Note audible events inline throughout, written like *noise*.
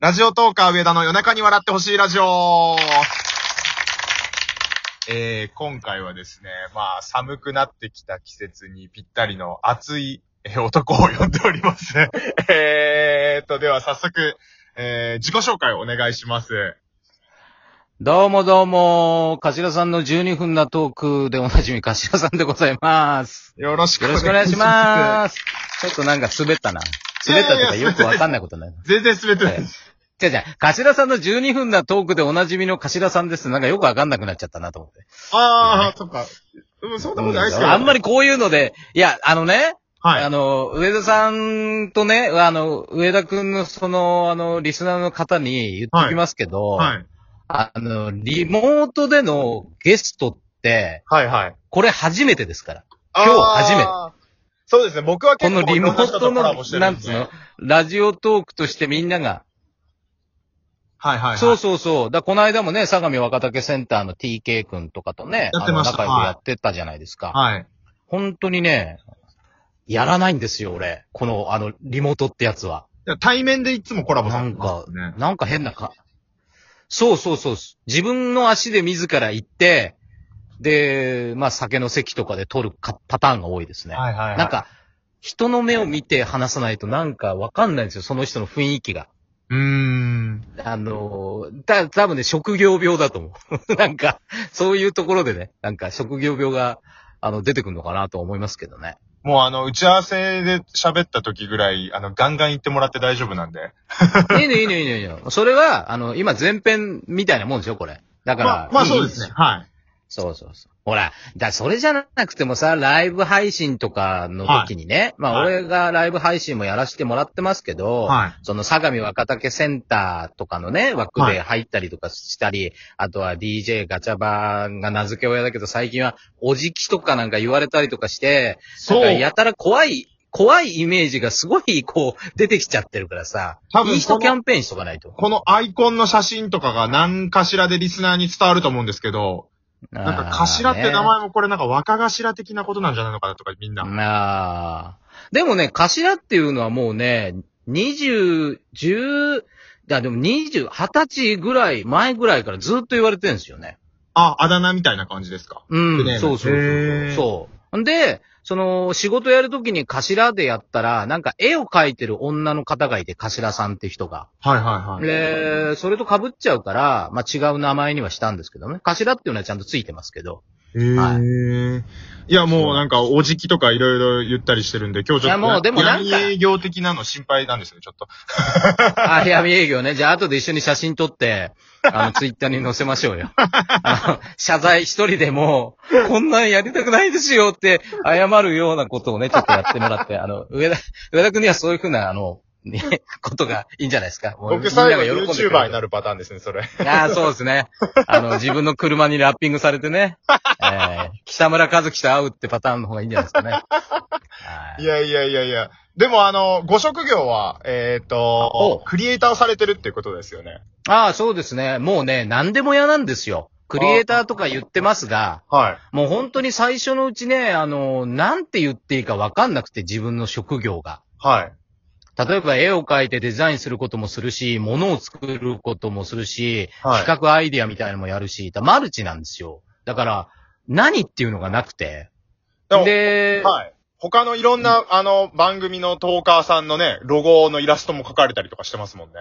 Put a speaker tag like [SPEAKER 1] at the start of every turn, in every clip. [SPEAKER 1] ラジオトーカー上田の夜中に笑ってほしいラジオえー、今回はですね、まあ、寒くなってきた季節にぴったりの熱いえー男を呼んでおり
[SPEAKER 2] *laughs*
[SPEAKER 1] ます。えーっと、では早速、えー、自己紹介をお願いします。
[SPEAKER 2] どうもどうも、頭さんの12分なトークでおなじみ頭さんでございます。
[SPEAKER 1] よろしく
[SPEAKER 2] よろしくお願いします。ちょっとなんか滑ったな。滑ったとかよくわかんないことにない。
[SPEAKER 1] す。全然滑ってないです。
[SPEAKER 2] じゃじゃ、頭さんの12分なトークでおなじみの頭さんです。なんかよくわかんなくなっちゃったなと思って。
[SPEAKER 1] あー、そっか。うん、そんなことないですけど、
[SPEAKER 2] あんまりこういうので、いや、あのね、
[SPEAKER 1] はい。
[SPEAKER 2] あの、上田さんとね、あの、上田くんのその、あの、リスナーの方に言っておきますけど、
[SPEAKER 1] はい。
[SPEAKER 2] あの、リモートでのゲストって、
[SPEAKER 1] はいはい。
[SPEAKER 2] これ初めてですから。今日初めて
[SPEAKER 1] あー。そうですね、僕は
[SPEAKER 2] こ
[SPEAKER 1] 結
[SPEAKER 2] の
[SPEAKER 1] 構
[SPEAKER 2] リモ
[SPEAKER 1] いろんな
[SPEAKER 2] ー
[SPEAKER 1] 人
[SPEAKER 2] ト
[SPEAKER 1] とコ
[SPEAKER 2] の、
[SPEAKER 1] ラボして
[SPEAKER 2] な
[SPEAKER 1] る
[SPEAKER 2] ん
[SPEAKER 1] んで
[SPEAKER 2] つうの、ラジオトークとしてみんなが。
[SPEAKER 1] はいはいはい。
[SPEAKER 2] そうそうそう。だこの間もね、相模若竹センターの TK 君とかとね、
[SPEAKER 1] やってました
[SPEAKER 2] あの仲良くやってたじゃないですか。
[SPEAKER 1] はい。
[SPEAKER 2] 本当にね、やらないんですよ、俺。この、あの、リモートってやつは。
[SPEAKER 1] 対面でいつもコラボさ
[SPEAKER 2] な
[SPEAKER 1] れて
[SPEAKER 2] ん
[SPEAKER 1] ま
[SPEAKER 2] か
[SPEAKER 1] すね。、
[SPEAKER 2] なんか変なか。そうそうそう。自分の足で自ら行って、で、まあ酒の席とかで撮るかパターンが多いですね。
[SPEAKER 1] はいはいはい。
[SPEAKER 2] なん、か、人の目を見て話さないとなんかわかんないんですよ、その人の雰囲気が。
[SPEAKER 1] うーん。
[SPEAKER 2] あのー、た、多分ね、職業病だと思う。 *laughs* なんか、そういうところでね、なんか職業病が、あの、出てくるのかなと思いますけ
[SPEAKER 1] *laughs*
[SPEAKER 2] どね。
[SPEAKER 1] もうあの、打ち合わせで喋った時ぐらい、あの、ガンガン言ってもらって大丈夫なんで。
[SPEAKER 2] いいね、いいね、いいね、いいね。それは、あの、今前編みたいなもんでしょ、これ。だから。
[SPEAKER 1] まあ、まあそうですね。
[SPEAKER 2] いい。
[SPEAKER 1] はい。
[SPEAKER 2] そうそうそう。ほら、だ、それじゃなくてもさ、ライブ配信とかの時にね、まあ、
[SPEAKER 1] はい
[SPEAKER 2] 俺がライブ配信もやらせてもらってますけど、
[SPEAKER 1] はい。
[SPEAKER 2] その相模若竹センターとかのね、枠で入ったりとかしたり、あとは DJ ガチャバが名付け親だけど最近はおじきとかなんか言われたりとかして、
[SPEAKER 1] そう
[SPEAKER 2] なんかやたら怖い、怖いイメージがすごいこう出てきちゃってるからさ
[SPEAKER 1] 多、分
[SPEAKER 2] いい
[SPEAKER 1] こ
[SPEAKER 2] 人
[SPEAKER 1] の
[SPEAKER 2] キャンペーンしとかないと。
[SPEAKER 1] このアイコンの写真とかが何かしらでリスナーに伝わると思うんですけど、なんか頭って名前もこれなんか若頭的なことなんじゃないのかなとかみんな。
[SPEAKER 2] なあ。でもね、頭っていうのはもうね、20、10、だでも20、20歳ぐらい、前ぐらいからずっと言われてるんですよね。
[SPEAKER 1] あ、あだ名みたいな感じですか。
[SPEAKER 2] う
[SPEAKER 1] ね
[SPEAKER 2] ん、そうそうそう
[SPEAKER 1] へー
[SPEAKER 2] そう。そう。んで、その、仕事やるときに頭でやったら、なんか絵を描いてる女の方がいて、頭さんって人が。
[SPEAKER 1] はいはいはい。
[SPEAKER 2] で、それと被っちゃうから、まあ、違う名前にはしたんですけどね。頭っていうのはちゃんとついてますけど。
[SPEAKER 1] えーいや、もうなんか、おじきとかいろいろ言ったりしてるんで、今日ちょっと。
[SPEAKER 2] いやもうでもなんか
[SPEAKER 1] 闇営業的なの心配なんですよ、ちょっと。
[SPEAKER 2] あ、闇営業ね。じゃあ、後で一緒に写真撮って、あの、ツイッターに載せましょうよ。あの、謝罪一人でもう、こんなんやりたくないですよって、謝るようなことをね、ちょっとやってもらって、あの、上田、上田君にはそういうふうな、あの、ね、ことがいいんじゃないですか。もう
[SPEAKER 1] 僕最後
[SPEAKER 2] みんなが喜んでくれる
[SPEAKER 1] YouTuber になるパターンですね、それ。
[SPEAKER 2] ああ、そうですね。あの、自分の車にラッピングされてね、えー、北村和樹と会うってパターンの方がいいんじゃないですかね。はい
[SPEAKER 1] いやいやいやいや。でもあの、ご職業は、えっ、と
[SPEAKER 2] お、
[SPEAKER 1] クリエイターをされてるっていうことですよね。
[SPEAKER 2] ああ、そうですね。もうね、何でも嫌なんですよ。クリエイターとか言ってますが、
[SPEAKER 1] はい。
[SPEAKER 2] もう本当に最初のうちね、あの、なんて言っていいかわかんなくて自分の職業が。
[SPEAKER 1] はい。
[SPEAKER 2] 例えば絵を描いてデザインすることもするし、物を作ることもするし、
[SPEAKER 1] はい
[SPEAKER 2] 企画アイディアみたいなのもやるし、だマルチなんですよ。だから、何っていうのがなくて。
[SPEAKER 1] でも
[SPEAKER 2] で、
[SPEAKER 1] はい。他のいろんな、あの、番組のトーカーさんのね、ロゴのイラストも書かれたりとかしてますもんね。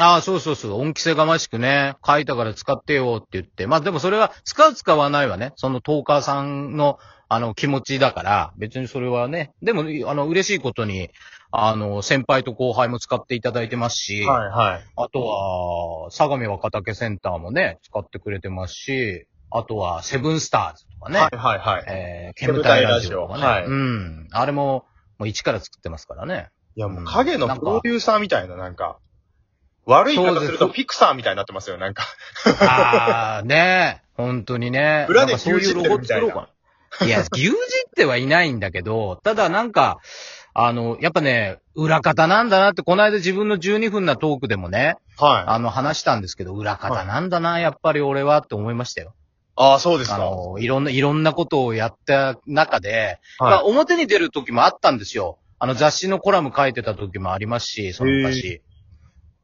[SPEAKER 2] ああ、そうそうそう、恩着せがましくね、書いたから使ってよって言って、まあでもそれは使う使わないはね、そのトーカーさんの、あの、気持ちだから、別にそれはね、でも、あの、嬉しいことに、あの、先輩と後輩も使っていただいてますし、
[SPEAKER 1] いはい。
[SPEAKER 2] あとは、相模若竹センターもね、使ってくれてますし、あとは、セブンスターズとかね、
[SPEAKER 1] はいはいはい。
[SPEAKER 2] えー、煙たいラジオとかね、
[SPEAKER 1] はい
[SPEAKER 2] うん、あれも、もう一から作ってますか
[SPEAKER 1] *laughs*
[SPEAKER 2] らね。
[SPEAKER 1] いやもう
[SPEAKER 2] うん
[SPEAKER 1] 影の
[SPEAKER 2] なんか
[SPEAKER 1] プロデューサーみたいな、なんか、悪い言い方する
[SPEAKER 2] そう
[SPEAKER 1] と
[SPEAKER 2] です
[SPEAKER 1] ピクサーみたいになってますよ、なん *laughs* か。
[SPEAKER 2] ああ、ねえ、本当にね。
[SPEAKER 1] 裏で
[SPEAKER 2] なんかそういうロゴ作ろうかな。いや、牛耳ってはいないんだけど、ただなんか、あの、やっぱね、裏方なんだなって、この間自分の12分なトークでもね、
[SPEAKER 1] はい。
[SPEAKER 2] あの話したんですけど、裏方なんだな、やっぱり俺はって思いましたよ。
[SPEAKER 1] ああ、そうです
[SPEAKER 2] あ
[SPEAKER 1] か。は
[SPEAKER 2] の、いろんな、いろんなことをやった中で、まあ
[SPEAKER 1] い。
[SPEAKER 2] 表に出る時もあったんですよ。あの雑誌のコラム書いてた時もありますし、その昔。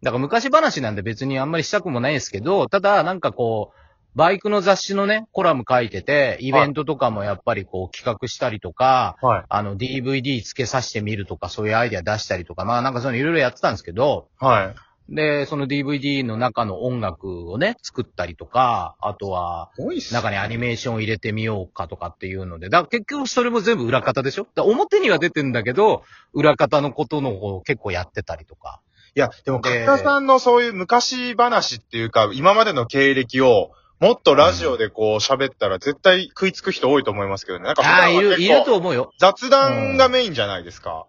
[SPEAKER 2] だから昔話なんで別にあんまりしたくもないですけど、ただなんかこう、バイクの雑誌のね、コラム書いてて、イベントとかもやっぱりこう企画したりとか、
[SPEAKER 1] はい。
[SPEAKER 2] あの DVD 付けさせてみるとか、そういうアイデア出したりとか、まあなんかそういうのいろいろやってたんですけど、
[SPEAKER 1] はい。
[SPEAKER 2] で、その DVD の中の音楽をね、作ったりとか、あとは、
[SPEAKER 1] すごいっす
[SPEAKER 2] 中にアニメーションを入れてみようかとかっていうので、だから結局それも全部裏方でしょだから表には出てんだけど、裏方のことの方を結構やってたりとか。
[SPEAKER 1] いや、でも、
[SPEAKER 2] で
[SPEAKER 1] 角田さんのそういう昔話っていうか、今までの経歴を、もっとラジオでこう喋ったら絶対食いつく人多いと思いますけどね。なんか普段
[SPEAKER 2] あ
[SPEAKER 1] は
[SPEAKER 2] あ、い
[SPEAKER 1] 結
[SPEAKER 2] る、
[SPEAKER 1] 構
[SPEAKER 2] いると思うよ。
[SPEAKER 1] 雑談がメインじゃないですか。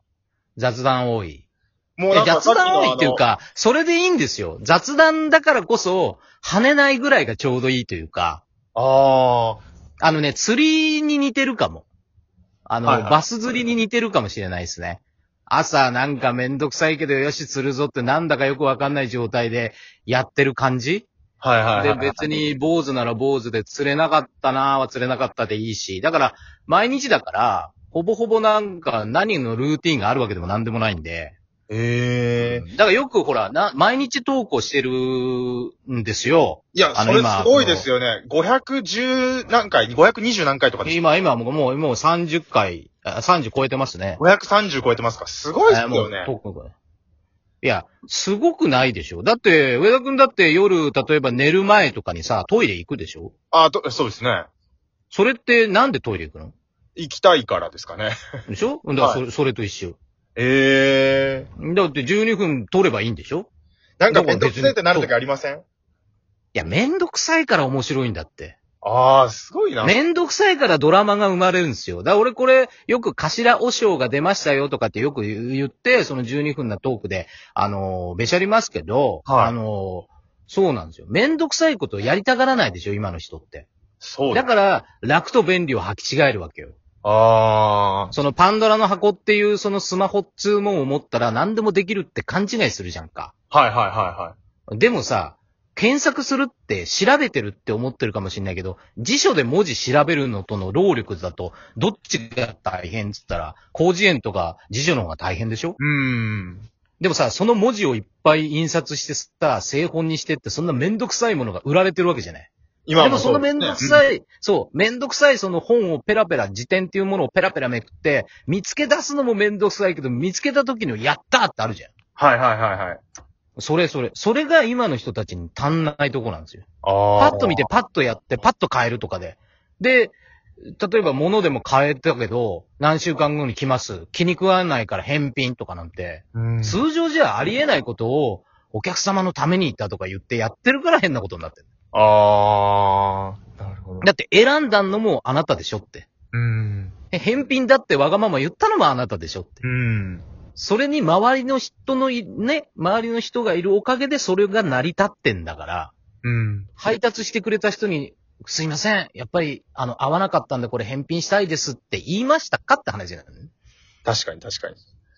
[SPEAKER 2] 雑談多い。
[SPEAKER 1] も
[SPEAKER 2] え
[SPEAKER 1] なんか
[SPEAKER 2] 雑
[SPEAKER 1] さっきの
[SPEAKER 2] 談多いっていう
[SPEAKER 1] あ
[SPEAKER 2] か、それでいいんですよ。雑談だからこそ、跳ねないぐらいがちょうどいいというか、
[SPEAKER 1] の。あ
[SPEAKER 2] あのね、釣りに似てるかも。あの、
[SPEAKER 1] はいはい
[SPEAKER 2] バス釣りに似てるかもしれないですね。朝なんかめんどくさいけど、よし釣るぞってなんだかよくわかんない状態でやってる感じ
[SPEAKER 1] あ。はいはいはい
[SPEAKER 2] で、
[SPEAKER 1] はい。
[SPEAKER 2] 別に坊主なら坊主で釣れなかったなーは釣れなかったでいいし、だから、毎日だから、ほぼほぼなんか何のルーティンがあるわけでも何でもないんで、
[SPEAKER 1] ええ
[SPEAKER 2] だからよくほら、な、毎日投稿してるんですよ。
[SPEAKER 1] いや、
[SPEAKER 2] あ
[SPEAKER 1] そ
[SPEAKER 2] の
[SPEAKER 1] れす
[SPEAKER 2] 今
[SPEAKER 1] ごいですよね。510何回 ?520 何回とかです。
[SPEAKER 2] 今、今もうもうもう30回、あ30超えてますね。
[SPEAKER 1] 530超えてますかすごいです
[SPEAKER 2] えーも
[SPEAKER 1] よ
[SPEAKER 2] う
[SPEAKER 1] ね。
[SPEAKER 2] トークのいや、すごくないでしょ。だって、上田くんだって夜、例えば寝る前とかにさ、トイレ行くでしょ
[SPEAKER 1] あと、そうですね。
[SPEAKER 2] それってなんでトイレ行くの
[SPEAKER 1] 行きたいからですかね。
[SPEAKER 2] でしょだからそれ、それと一緒。
[SPEAKER 1] ええ
[SPEAKER 2] だって12分取ればいいんでしょ
[SPEAKER 1] なんかめんどくせえってなるときありません
[SPEAKER 2] いや、めんどくさいから面白いんだって。
[SPEAKER 1] ああ、すごいな。
[SPEAKER 2] めんどくさいからドラマが生まれるんですよ。だから俺これ、よく頭お尚が出ましたよとかってよく言って、その12分なトークで、あのーべしゃりますけど、
[SPEAKER 1] はい
[SPEAKER 2] あのーそうなんですよ。めんどくさいことをやりたがらないでしょ、今の人って。
[SPEAKER 1] そう
[SPEAKER 2] だ
[SPEAKER 1] だ。
[SPEAKER 2] から、楽と便利を履き違えるわけよ。
[SPEAKER 1] ああ。
[SPEAKER 2] そのパンドラの箱っていうそのスマホっつうもんを持ったら何でもできるって勘違いするじゃんか。
[SPEAKER 1] はいはいは
[SPEAKER 2] でもさ、検索するって調べてるって思ってるかもしれないけど、辞書で文字調べるのとの労力だと、どっちが大変っつったら、広辞苑とか辞書の方が大変でし
[SPEAKER 1] い
[SPEAKER 2] ょ
[SPEAKER 1] はい。うーん。
[SPEAKER 2] でもさ、その文字をいっぱい印刷してさ、製本にしてってそんなめんどくさいものが売られてるわけじゃない。
[SPEAKER 1] 今
[SPEAKER 2] でもそのめんどく
[SPEAKER 1] い。
[SPEAKER 2] さい、そう、めんどくさいその本をペラペラ、辞典っていうものをペラペラめくって、見つけ出すのもめんどくさいけど、見つけた時のやったーってあるじゃん。
[SPEAKER 1] はいはいはいはい。
[SPEAKER 2] それそれ。それが今の人たちに足んないとこなんですよ。
[SPEAKER 1] あ
[SPEAKER 2] パ
[SPEAKER 1] あ。
[SPEAKER 2] ッと見て、パッとやって、パッと変えるとかで。で、例えば物でも変えたけど、何週間後に来ます。気に食わないから返品とかなんて、
[SPEAKER 1] うん。
[SPEAKER 2] 通常じゃありえないことを、お客様のために言ったとか言ってやってるから変なことになってる。
[SPEAKER 1] ああ。なるほど。
[SPEAKER 2] だって選んだのもあなたでしょって。
[SPEAKER 1] うん。
[SPEAKER 2] え返品だってわがまま言ったのもあなたでしょって。
[SPEAKER 1] うん。
[SPEAKER 2] それに周りの人のい、ね、周りの人がいるおかげでそれが成り立ってんだから。
[SPEAKER 1] うん。
[SPEAKER 2] 配達してくれた人に、すいません、やっぱり、あの、合わなかったんでこれ返品したいですって言いましたかって話なのね。
[SPEAKER 1] 確かに確かに。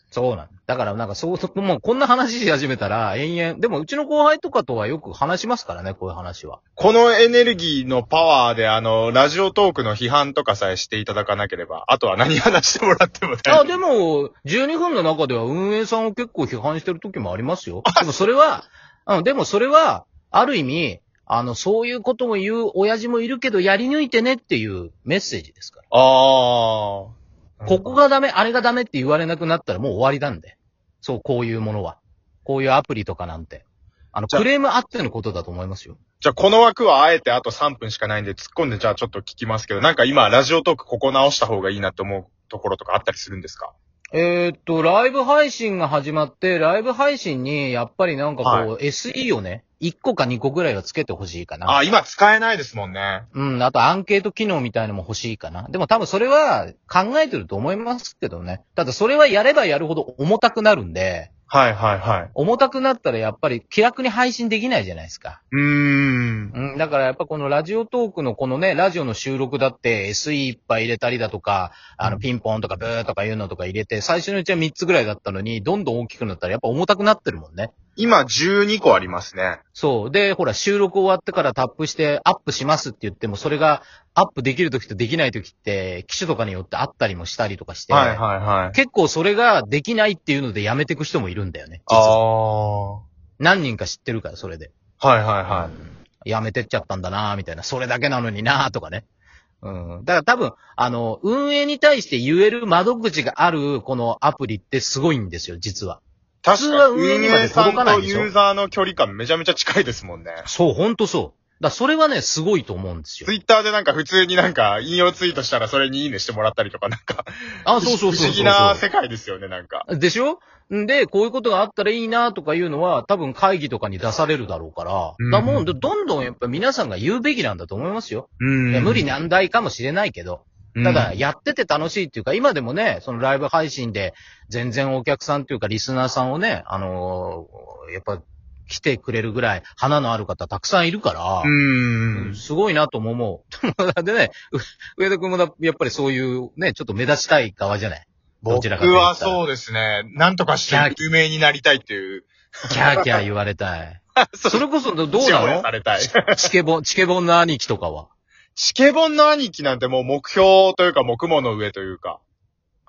[SPEAKER 2] そうなんだからなんかそう、もうこんな話し始めたら延々、でもうちの後輩とかとはよく話しますからね、こういう話は。
[SPEAKER 1] このエネルギーのパワーで、あの、ラジオトークの批判とかさえしていただかなければ、あとは何話してもらっても大丈
[SPEAKER 2] あ、
[SPEAKER 1] 夫。
[SPEAKER 2] でも、12分の中では運営さんを結構批判してる時もありますよ。でもそれは、うん、でもそれは、ある意味、あの、そういうことも言う親父もいるけど、やり抜いてねっていうメッセージですから。
[SPEAKER 1] ああ。
[SPEAKER 2] ここがダメ、あれがダメって言われなくなったらもう終わりなんで。そう、こういうものは。こういうアプリとかなんて。あの、
[SPEAKER 1] じゃあ
[SPEAKER 2] クレームあってのことだと思いますよ。
[SPEAKER 1] じゃあ、この枠はあえてあと3分しかないんで、突っ込んで、じゃあちょっと聞きますけど、なんか今、ラジオトークここ直した方がいいなって思うところとかあったりするんですか
[SPEAKER 2] えーっと、ライブ配信が始まって、ライブ配信に、やっぱりなんかこう、SE をね、1個か2個ぐらいはつけてほしいかな。
[SPEAKER 1] あ、今使えないですもんね。
[SPEAKER 2] うん、あとアンケート機能みたいのも欲しいかな。でも多分それは考えてると思いますけどね。ただそれはやればやるほど重たくなるんで、
[SPEAKER 1] はいはいはい。
[SPEAKER 2] 重たくなったらやっぱり気楽に配信できないじゃないですか。
[SPEAKER 1] うーん。
[SPEAKER 2] うん、だからやっぱこのラジオトークのこのね、ラジオの収録だって SE いっぱい入れたりだとか、あのピンポンとかブーとかいうのとか入れて、最初のうちは3つぐらいだったのに、どんどん大きくなったらやっぱ重たくなってるもんね。
[SPEAKER 1] 今12個ありますね。
[SPEAKER 2] そう。で、ほら収録終わってからタップしてアップしますって言っても、それがアップできる時とできない時って、機種とかによってあったりもしたりとかして、
[SPEAKER 1] はいはいはい。
[SPEAKER 2] 結構それができないっていうのでやめていく人もいるんだよね。実は
[SPEAKER 1] ああ。
[SPEAKER 2] 何人か知ってるから、それで。
[SPEAKER 1] はいはいは
[SPEAKER 2] うんやめてっちゃったんだなみたいな。それだけなのになとかね。うん。だから多分、あの、運営に対して言える窓口がある、このアプリってすごいんですよ、実は。
[SPEAKER 1] い。確
[SPEAKER 2] 通
[SPEAKER 1] か
[SPEAKER 2] は
[SPEAKER 1] に、
[SPEAKER 2] 運営
[SPEAKER 1] 運
[SPEAKER 2] にま
[SPEAKER 1] 営
[SPEAKER 2] で
[SPEAKER 1] さん
[SPEAKER 2] 届かな
[SPEAKER 1] と
[SPEAKER 2] いでしょ
[SPEAKER 1] ユーザーの距離感めちゃめちゃ近いですもんね。
[SPEAKER 2] そう、ほんとそう。だからそれはね、すごいと思うんですよ
[SPEAKER 1] ツ。イッターでなんか普通になんか引用ツイートしたらそれにいいねしてもらったりとかなんか。
[SPEAKER 2] あ、そうそうそうそうそう。
[SPEAKER 1] 不思議な世界ですよね、なんか。
[SPEAKER 2] でしょんで、こういうことがあったらいいなとかいうのは、多分会議とかに出されるだろうから、
[SPEAKER 1] うん
[SPEAKER 2] だからもうどどんどんやっぱ皆さんが言うべきなんだと思いますよ。
[SPEAKER 1] うん
[SPEAKER 2] いや無理。難題かもしれないけど、ただやってて楽しいっていうか、今でもね、そのライブ配信で全然お客さんっていうかリスナーさんをね、あのーやっぱ来てくれるぐらい花のある方たくさんいるから、
[SPEAKER 1] うん。
[SPEAKER 2] すごいなとも思う。でね、う上田君もだやっぱりそういうね、ちょっと目立ちたい側じゃないどちらかと
[SPEAKER 1] 僕
[SPEAKER 2] いうと
[SPEAKER 1] はそうですね。なんとかして有名になりたいっていう。
[SPEAKER 2] キャーキャー言われたい。それこそどう
[SPEAKER 1] ちや *laughs*
[SPEAKER 2] な
[SPEAKER 1] ほや
[SPEAKER 2] の
[SPEAKER 1] されたい。
[SPEAKER 2] チケボン、チケボンの兄貴とかは。
[SPEAKER 1] チケボンの兄貴なんてもう目標というか、もう雲の上というか。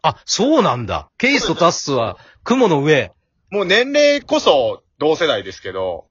[SPEAKER 2] あ、そうなんだ。ケイスとタッスは雲の上。
[SPEAKER 1] もう年齢こそ同世代ですけど、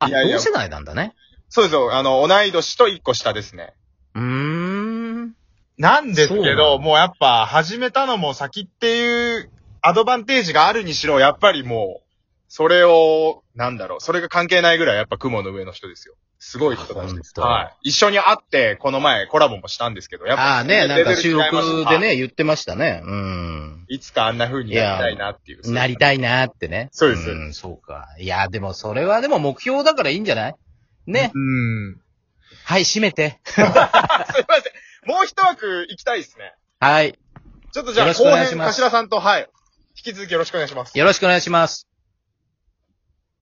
[SPEAKER 2] あ、
[SPEAKER 1] いやいや
[SPEAKER 2] 同世代なんだね。
[SPEAKER 1] そうですよ。あの、同い年と一個下ですね。
[SPEAKER 2] うーん。
[SPEAKER 1] なんです
[SPEAKER 2] そ
[SPEAKER 1] け
[SPEAKER 2] うな
[SPEAKER 1] ど、
[SPEAKER 2] の
[SPEAKER 1] もうやっぱ始めたのも先っていうアドバンテージがあるにしろ、やっぱりもう、それを、なんだろう、それが関係ないぐらいやっぱ雲の上の人ですよ。すごい人たちです。
[SPEAKER 2] あ本当
[SPEAKER 1] はい。一緒に会って、この前コラボもしたんですけど、やっぱ。
[SPEAKER 2] ああね、なんか収
[SPEAKER 1] レベル違い
[SPEAKER 2] 録
[SPEAKER 1] ます
[SPEAKER 2] で。ね、言ってましたね。うん。
[SPEAKER 1] いつかあんな風になりたいなっていう。
[SPEAKER 2] なりたいなーってね。
[SPEAKER 1] そうです
[SPEAKER 2] ん、そうか。いや、でもそれはでも目標だからいいんじゃないね。
[SPEAKER 1] うん。
[SPEAKER 2] はい、閉めて。
[SPEAKER 1] すいません。もう一枠行きたいですね。
[SPEAKER 2] はい。
[SPEAKER 1] ちょっとじゃ
[SPEAKER 2] よ
[SPEAKER 1] あ
[SPEAKER 2] ろしく
[SPEAKER 1] 後
[SPEAKER 2] お願い
[SPEAKER 1] 編、
[SPEAKER 2] します
[SPEAKER 1] 頭さんと、はい。引き続きよろしくお願いします。
[SPEAKER 2] よろしくお願いします。